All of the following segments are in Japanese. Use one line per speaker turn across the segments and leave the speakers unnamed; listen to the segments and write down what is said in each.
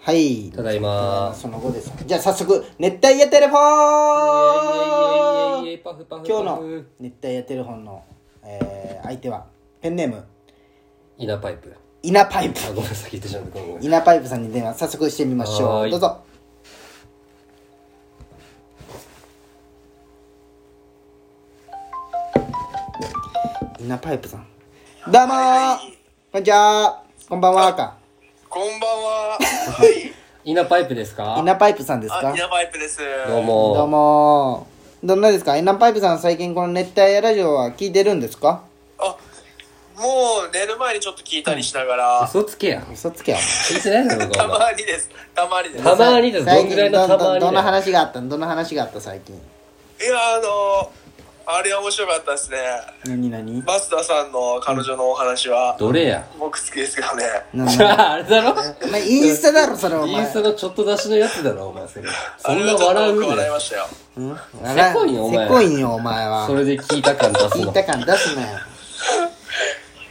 はい。
ただいま
その後です。じゃあ早速、熱帯夜テレフォ
いえいえいえ
ン
いえいえいえパフパフパフ
今日の熱帯夜テレフォンの、えー相手は、ペンネーム、
イナパイプ
イナパイプ
あ。ごめんなさい言ってしまったごめんごめん
イナパイプさんに電話、早速してみましょ
はー
う。
い
どうぞ。イナパイプさん。どうもーこんにちはこんばんはか。
こんばん は。
イナパイプです
イ
か
ナパイプさんです
あ、
か
イナバイプです。
どう
どう
も
もーどんなですかイナパイプさん最近この熱帯夜ラジオは聞いてるんですか
あ、もう寝る前にちょっと聞いたりしながら、
嘘つけや
嘘つけよ。
聞いてないだろこんな
た
の
まにです。たまにです。い
た
や、
まにですど
最
ん
近
ぐらいの
ど
た
んど
ま
んどんな
に
話があったのどんな話があった最近。
あの、あれは面白かったですね。
なになに
バスダさんの彼女のお話は、
どれや
僕好きですけどね。
なん
じ
だ
ゃああれだろ
お前インスタだろそれお
イン
前。
スタのちょっと出しのやつだろお前それそんな
あれは
笑
ちょっ
う
と僕
んだ
笑いま
よ
したよ。
うん
せこいよお前
せこいよお前は
そ。れで聞いた感出す
言
の
った感出すなよ。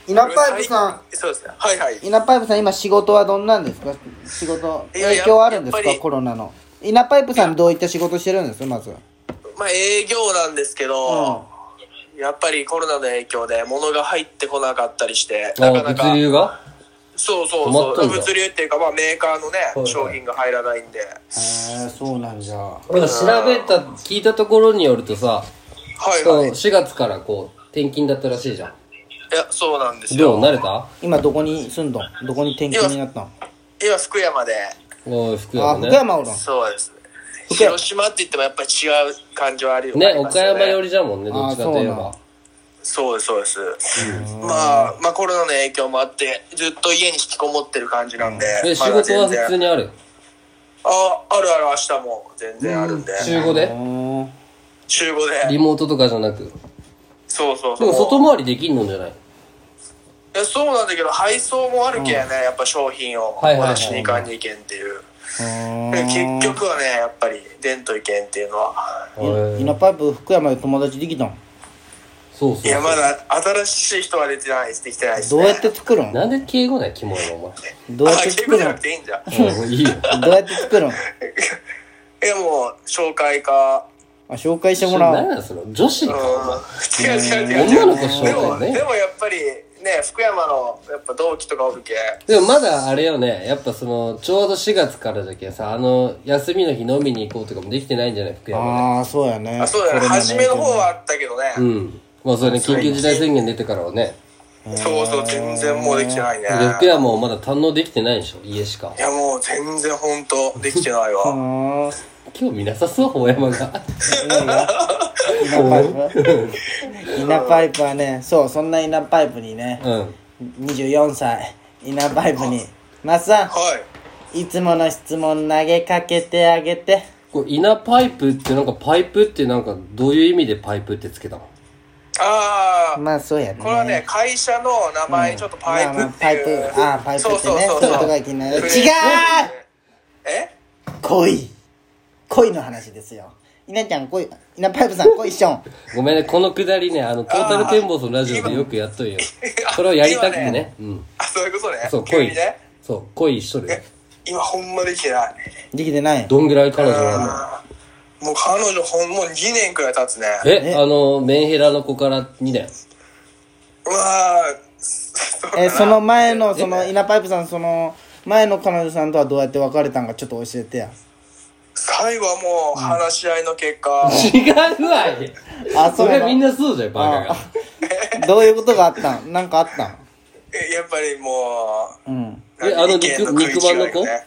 イナパイプさ
ん。そうですね。はいはい。
ん、イナパイプさん今仕事はどんなんですか仕事、
いや
影響あるんです
やっぱ
か
り
コロナの。イナパイプさんどういった仕事してるんですまず。
まあ営業なんですけど、やっぱりコロナの影響で物が入ってこなかったりして、なか
あ
なか。
物流が
そうそう
止まっ
そ
た
う。
んだ
物流っていうか、まあメーカーのね、
はい
商品が入らないんで。
へえ、そうなんじゃ。
なんか調べた聞いたところによるとさ
はい
そ
は
う
い。
4月からこう転勤だったらしいじゃん
いや、そうなんです
どう
よ。
慣れた
今どこに住んどんどこに転勤になったん
今、福山で。
おい福
あ、
山
福
ね
山おるん。
そうですね。
福山
広島って言ってもやっぱり違う感じはあるよ
ね
ありま
岡
すよ
山寄りじゃもんねどっちかといえ
あ
ば
そうです、そうです。まあ、まあコロナの影響もあって、ずっと家に引きこもってる感じなんで。
え仕
まだ
事は
全然
普通にある
あ、あるある、明日も全然あるんで。
週5で
うん
週5
リ
で。
モートとかじゃなく
そうそ
で
うそう。
も外回りできんのんじゃない
いやそうなんだけど、配送もあるけんね、やっぱ商品を
はいはいはい
出しに行かんにいけんっていう。で 結局はね、やっぱり、でんといけんっていうのは。
イナパイプ福山で友達できたん
そうそう
い
そ
や、
う
まだ新しい人は出てないです。できてないです、
ど
ね。
うやって作るん
なんで敬語だよキモいのお
どうやって
あ、結
作
構じ
る
ゃなんくていいんじゃん。
前もういいよ
どうやって作るん
いや、もう、紹介か。
あ紹介してもらお
何
う。
なんそれ女子
う
か
ん。
お
違う違う違う違う。
女の子紹介ね
でも、でもやっぱり、ね、福山の、やっぱ同期とかおるけん。
前でもまだあれよねやっぱそのちょうど4月からじゃけんさあの休みの日飲みに行こうとかもできてないんじゃない福山
ああ、そうやね。
あ、そうだね。
コロナ影
初
響
めの方はあったけど
でう
ね。
んまあそれね緊急事態宣言出てからはね
そうそう、全然もうできてないね。
で福山もまだ堪能できてないでしょ家しか
いや、もう全然ほんと、できてないわ。
あ
興味なさそう大山 が
ーイナパイプイナパイプはね、そう、そんなイナパイプにね、
うん
24歳、イナパイプに、マッサ
はい。
ン、いつもの質問投げかけてあげて。
これ稲パイプってなんかパイプってなんかどういう意味でパイプってつけたの
ああ、
まあ、そうやね。
これはね、会社の名前にちょっとパイプっていう。
まあまあパイプあーパイプってね
そう
そう
そ
いうう
そ
こ
う
と
そう。
が気になる違う
え
恋恋の話ですよ稲ちゃん恋稲パイプさん恋しょん
ごめんね、このくだりね、あの、トータルテンボスのラジオでよくやっといよ。それをやりたくてね。うん。
あ、そういうことね。
そう、
急
恋
にね。。
そう、恋一緒で
え。今ほんまできてない。
できてない
どんぐらい彼女な
あーもう彼女ほんもう2年くらい経つね。
のえ、あの、メンヘラの子から2年。
うわあ、そうだな
えその前のその稲パイプさんその前の彼女さんとはどうやって別れたんかちょっと教えてや
最後はもう話し合いの結果、
違うわい
あそ
そう
な
れみん
の
なそうじゃん、バカが。
どういうことがあったんなんかあったん
えやっぱりもう、
うん
えあの
意見食い違い
肉肉まんの子
ね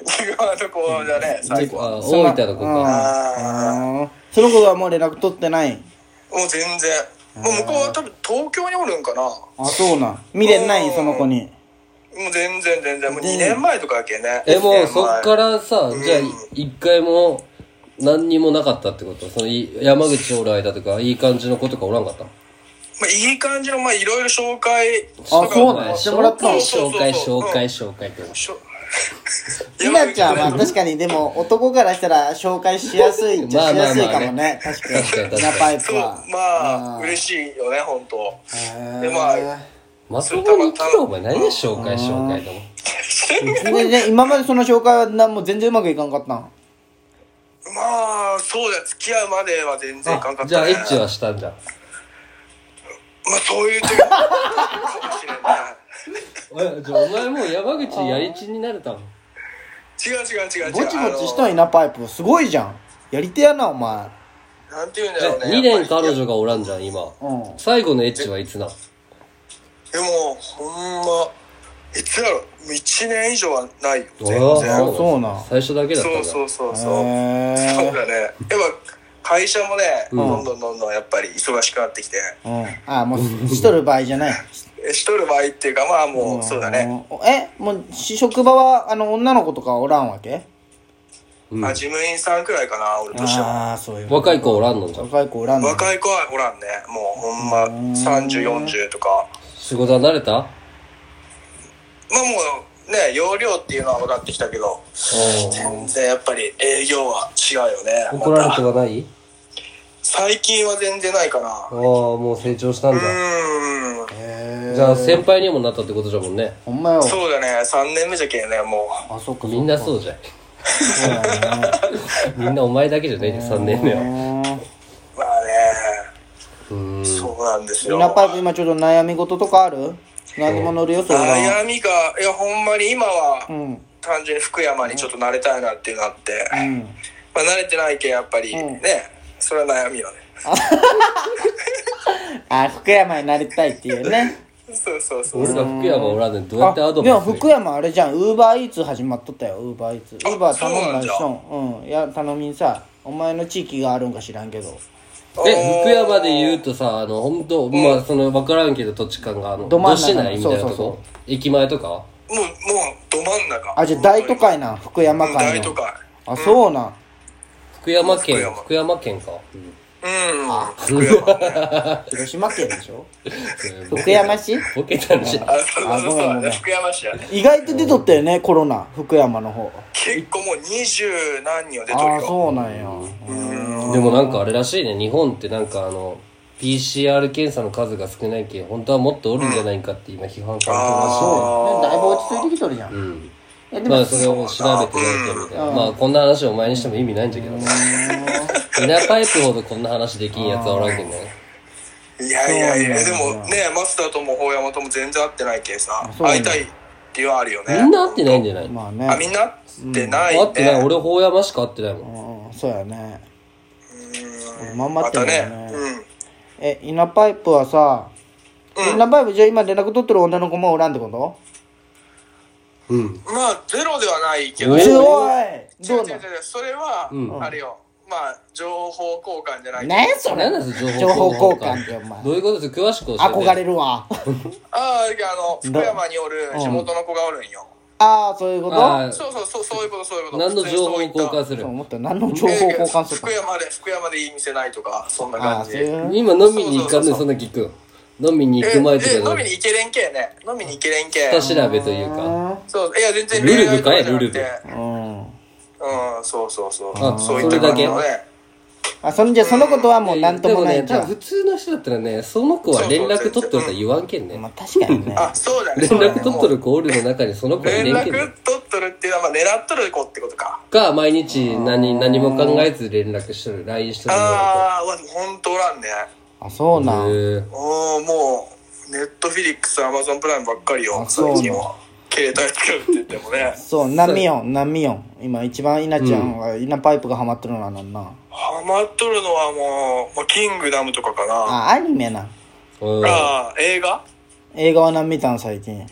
肉まんの子じゃね、最後は。
あ大分の
う
子
ん
か。
あーその子はもう連絡取ってない
もう全然。もう向こうは多分東京におるんかな。
あそうなん見れないその子に
もう全然全然、もう2年前とかやけんね。
え、も
二
う
年前
そっからさ、じゃあ
うん、
一回も、何にもなかったってことその、い山口おる間とか、いい感じの子とかおらんかった
まあ、いい感じの、まあ、いろいろ紹介し
あそうなんやしてもら
紹
ったの
介、紹介、紹介、紹介って。
ひなちゃんは確かにでも男からしたら紹介しやすいっち
ま
ゃ
あ
しや
まあまあ
す
ね
いかもね確かに
確かに確
ひ
か
な
に
パイプ
そう、
は
まあ、
うん
嬉しいよね、本当
へー
でまあ
まともに生きろ、お前。何で紹介、紹介だもん。
これね、今までその紹介はなもう全然うまくいかんかったん。
まあ、そうだ、付き合うまでは全然いかんか
あ
った、ね。
じゃあエッチはしたんじゃん
まあ、そういう時もあるかもしれんない。
えじゃあお前もう山口やりちんになれたもん
違う違う違う違う。
ぼちぼちし
あ
たいな、パイプ。すごいじゃん。やりてえやな、お前。
のなんていうんだろうね。
2年
やっぱり
彼女がおらんじゃん今
うん。
最後のエッチはいつな
でも、ほんま、いつやろ、もう1年以上はないよ。全
あ
あ
然。
そうなん
最初だけだったん
そ
だ
うそうそうそう。
へ
そう
え。
だね。やっぱ、会社もね、
ん
どんどんどんどんやっぱり忙しくなってきて、
うん。あ、もう、しとる場合じゃない。
えしとる場合っていうか、まあもう、そうだね。
うん。え、もう、し職場は、あの、女の子とかおらんわけ
うん
あ、事務員さんくらいかな、俺としては。
ああ、そういう。
若い子おらんのじゃん
若い子おらんの
若い子はおらんね。もう、ほんま、30、40とか。
仕事は慣れた
まあもう、ね、容量っていうのは分かってきたけど、全然やっぱり営業は違うよね。
怒られ
ま
て
た
はない
最近は全然ないかな
ああ。もう成長したん
う
だ
ーん。
へ
じゃあ先輩にもなったってことじゃもんね
ーほんまよ。
そうだね、3年目じゃけんね、も
あ、そっか、
みんなそう じゃん
そうだよね。
みんなお前だけじゃないで3年目は
は。
う。まあね、
うーん
そうなんです
み
よ。
んなパイプ今ちょっと悩み事とかある何でも乗るよ、それは。
悩みが、いや、ほんまに今は
う、ん。
単純に福山にちょっと慣れたいなっていうのがあって、
うん。
まあ慣れてないけん、やっぱり
うん
ね、それは悩みよね。
あ、福山になりたいっていうね。
そうそうそう
俺
そう。
が福山おらんでどうやってアド
でも
バイスする
福山あれじゃん、ウーバーイーツ始まっとったよ、ウーバーイーツ。ウ
あ
ーバー頼
そうな
だ
んんじ
し
ゃ
そう。うん。いや、頼みんさ、お前の地域があるんか知らんけど。
え福山で言うとさあの本当まあその分からんけど土地勘があの
ど真ん中
市内みたい
そうそ
なと
うそう
こ駅前とか
もう、もう、ど真ん中。
あ、じゃあ大都会なん、福山
うん
間の。
大都会。
あ、そうなん。
福山県
福山
福山県かうん
うん、福山ね。
広島県でしょ
そう
福山市
ボケたんじゃん
あ、そうそうそう
あごめんご
そ
めん
うね、福山市やね。
意外と出とったよね、コロナ、福山の方。
結構もう二十何人は出とる
ああ、
よ。
そうなんや。
でもなんかあれらしいね日本ってなんかあの PCR 検査の数が少ないけん本当はもっとおるんじゃないかって今批判されてるらしいね
あ
だいぶ落ち着いてきとるじゃん。
ん
いやでも、
まあそれを調べてやってみたいなまあこんな話をお前にしても意味ないんじゃけどねイナパイプほどこんな話できんやつはおらんけんね
ーいやいやいや、
そ
で
うなんだ
もね、マスターとも大山とも全然会ってないけんさ、
そうなん
会い
だ
たいっていうのはあるよね。
みんな会ってないんじゃない
まあ
あ、
ね
み。んな会ってないね。
会ってない俺法山しか会ってないも
う
ん
ん、そうやね。
うん
まんま
ま
って
た
んだ
ね
よね。
うん。
え、イナパイプはさ、イナパイプじゃあ今連絡取ってる女の子もおらんってこと
うん
まあ、ゼロではないけど、
え
違
ー
う違う
おいどう
違
な
う違う、それは
う、ん
あれよ、まあ、情報交換じゃないけど
何やそれ
何なんですか
情
情
報
報
交
交
換
換
ってお前
どういうことです詳しく教えて
憧れるわ。
ああ、いやあの、福山におる地元の子がおるんよ。
ああ、そういうこと
あ
そうそうそう、そういうこと、そういうこ
あ
と。
何の情報を
普通にそうい
交
った
換する
そう思った。何の情報交換するか
福。山で福山でいい店ないとかそんな
ああ、
感
そ
じ
ういう。
今飲みに行かんねそんな聞く飲みに行く前とか
え
じ
え
ゃな
飲
く
みに行けれんけんね飲みに行けれんけん
下調べというか
そういや全然
ルルブかい
恋愛とじゃなくて
ルル
うん。
うんそうそうそう
あ
そういった感じのね
あ、そんじゃ、そのことはもうなんともないん
で
じゃ
ね多分
ん
普。通の人だったらねその子は連絡取っとるとは言わんけんね
まあ確かにね。
あそうだね
連絡取っとる子おるの中にその子は入
連
れんけんね
絡取っとるっていうのはまあ狙っとる子ってことか
か毎日何何も考えず連絡しとる LINE しとるような
ああ本当らんね
あ、そうな
子
ん。
へえ
おおもうネットフィリックスアマゾンプライムばっかりよ
あそう
最
なの
近は携帯使うって言ってもね
そう、ナミヨン、ナミヨン。今一番稲ちゃんは、稲パイプがハマってるのはなんな。
ハマっとるのはもうもうキングダムとかかな
あ、アニメな。
うん
ああ映画
映画は何見たん最近。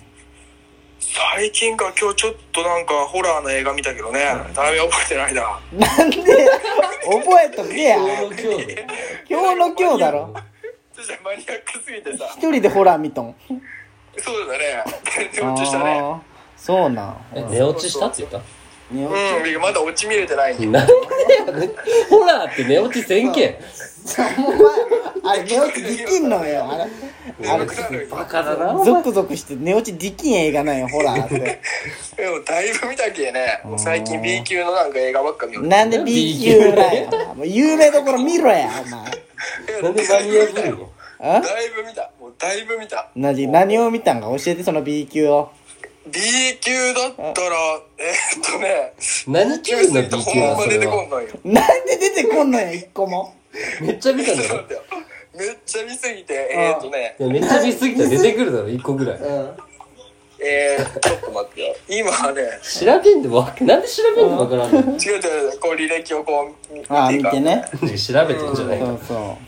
最近か今日ちょっとなんかホラーの映画見たけどねだいぶ覚えてないな
なんで、覚えとけや。今日の今日だろ。
ちょっとマニアックすぎてさ
一人でホラー見とん。
そうだね全然落ちしたね
ああ、そうなん。
え寝落ちしたって言った
寝落
うんまだ落ち見れてないんよ
なんでやねホラーって寝落ちせんけん
ち。お前、あれ寝落ちできんのよ。あれ、あれ、
バカだな
ゾクゾクして寝落ちできん映画なんよ、ホラーって。
でもだいぶ見たけねもう最近 B 級のなんか映画ばっか見よる
なんで B 級なんや。もう有名どころ見ろや、お前。
なんでマニアックなの
あ
だいぶ見たもうだいぶ見た
なじ、何を見たんか教えて、その B 級を。
B 級だったら、えーっとね、
何級の B 級
ほ
なん
ま
そ
出
れ
てこん
は。
のよ。
なんで出てこんのや、一個も。
めっちゃ見たんだ
そう
ろ
なん。だよめっちゃ見すぎて、えーっとね
い、や、めっちゃ見すぎたら出てくるだろ、一個ぐらい。
うん。
えー、ちょっと待ってよ。今ね、
調べんでわけ、なんで調べんでわからんの
違う違う違う、こう履歴をこう見ていい
ああ、見
か
て。ね。
調べてんじゃないか。
そ
いう
そ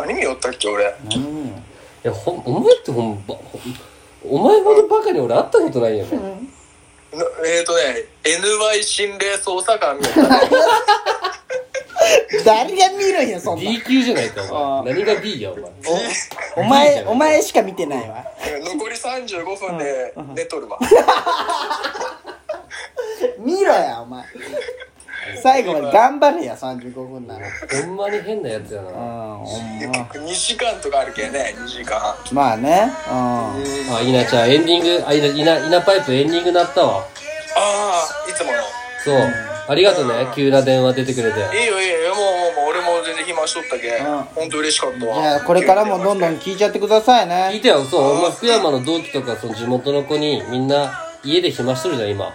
何見よったっけ、俺。
う。何よ。
や、ほん、お前ってほん、ばほんお前ほどバカに俺会ったことないよね。
なえーっとね、NY 心霊捜査官みたいな。
誰が見るんや、そんな
B 級じゃないか、お前。
あ
何が B や、お前。
おお前、お前しか見てないわ。
残り35分で寝とるわ。
見ろや、お前。最後まで頑張れや、35分なら。
ほんまに変なやつやな。
うん、ほんま。
2時間とかあるけんね、2時間半。
まあね。
あ、いなちゃん、エンディング、あ、いな、いな、いなパイプエンディングなったわ。
ああ、いつもの。
そう。ありがとね、急な電話出てくれて。
いいよいいよ、もうもうもう俺も全然暇しとったけ、
うん
ん、ほんと嬉しかった
うん。
わ。
じゃあ、これからもどんどん聞いちゃってください
聞い
ね。
てよ、そう、お前福山の同期とか、その地元の子に、みんな、家で暇しとるじゃん、今。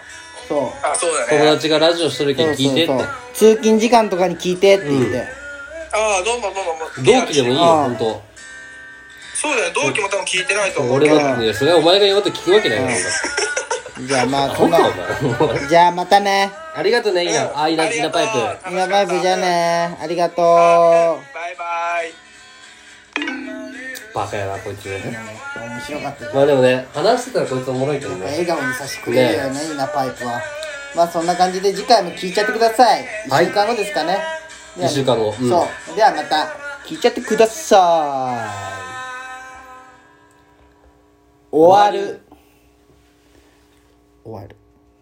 そう。
あ、そうだ
友
ね。
達がラジオしとるけん
そう
聞いてって
そう。そう通勤時間とかに聞いてって言って。
ああ、どんどんどんどんもう。
同期でもいいよ、
ああ
ほんと。
そうだよ、同期も多分聞いてないと思う。
俺は、いや、それはお前が言われて聞くわけないよ、
じゃあ、まあ、そ
ほん
ん
と。
な
ほん。とお前
じゃあ、またね。
ありがとね、いな、あ、いな、いなパイプ。
みんなバイブじゃあ。ね。ありがと
あ
う。
バイバイ。
バカやな、こいつ。
面白かった。
まあでもね、話してたらこいつおもろいけどね。
笑顔にさしてくれるよね、イナパイプは。まあそんな感じで次回も聞いちゃってください。
はい
1週間後ですかね。では
一週間後うん
そう。ではまた聞いちゃってください。終わる。終わる。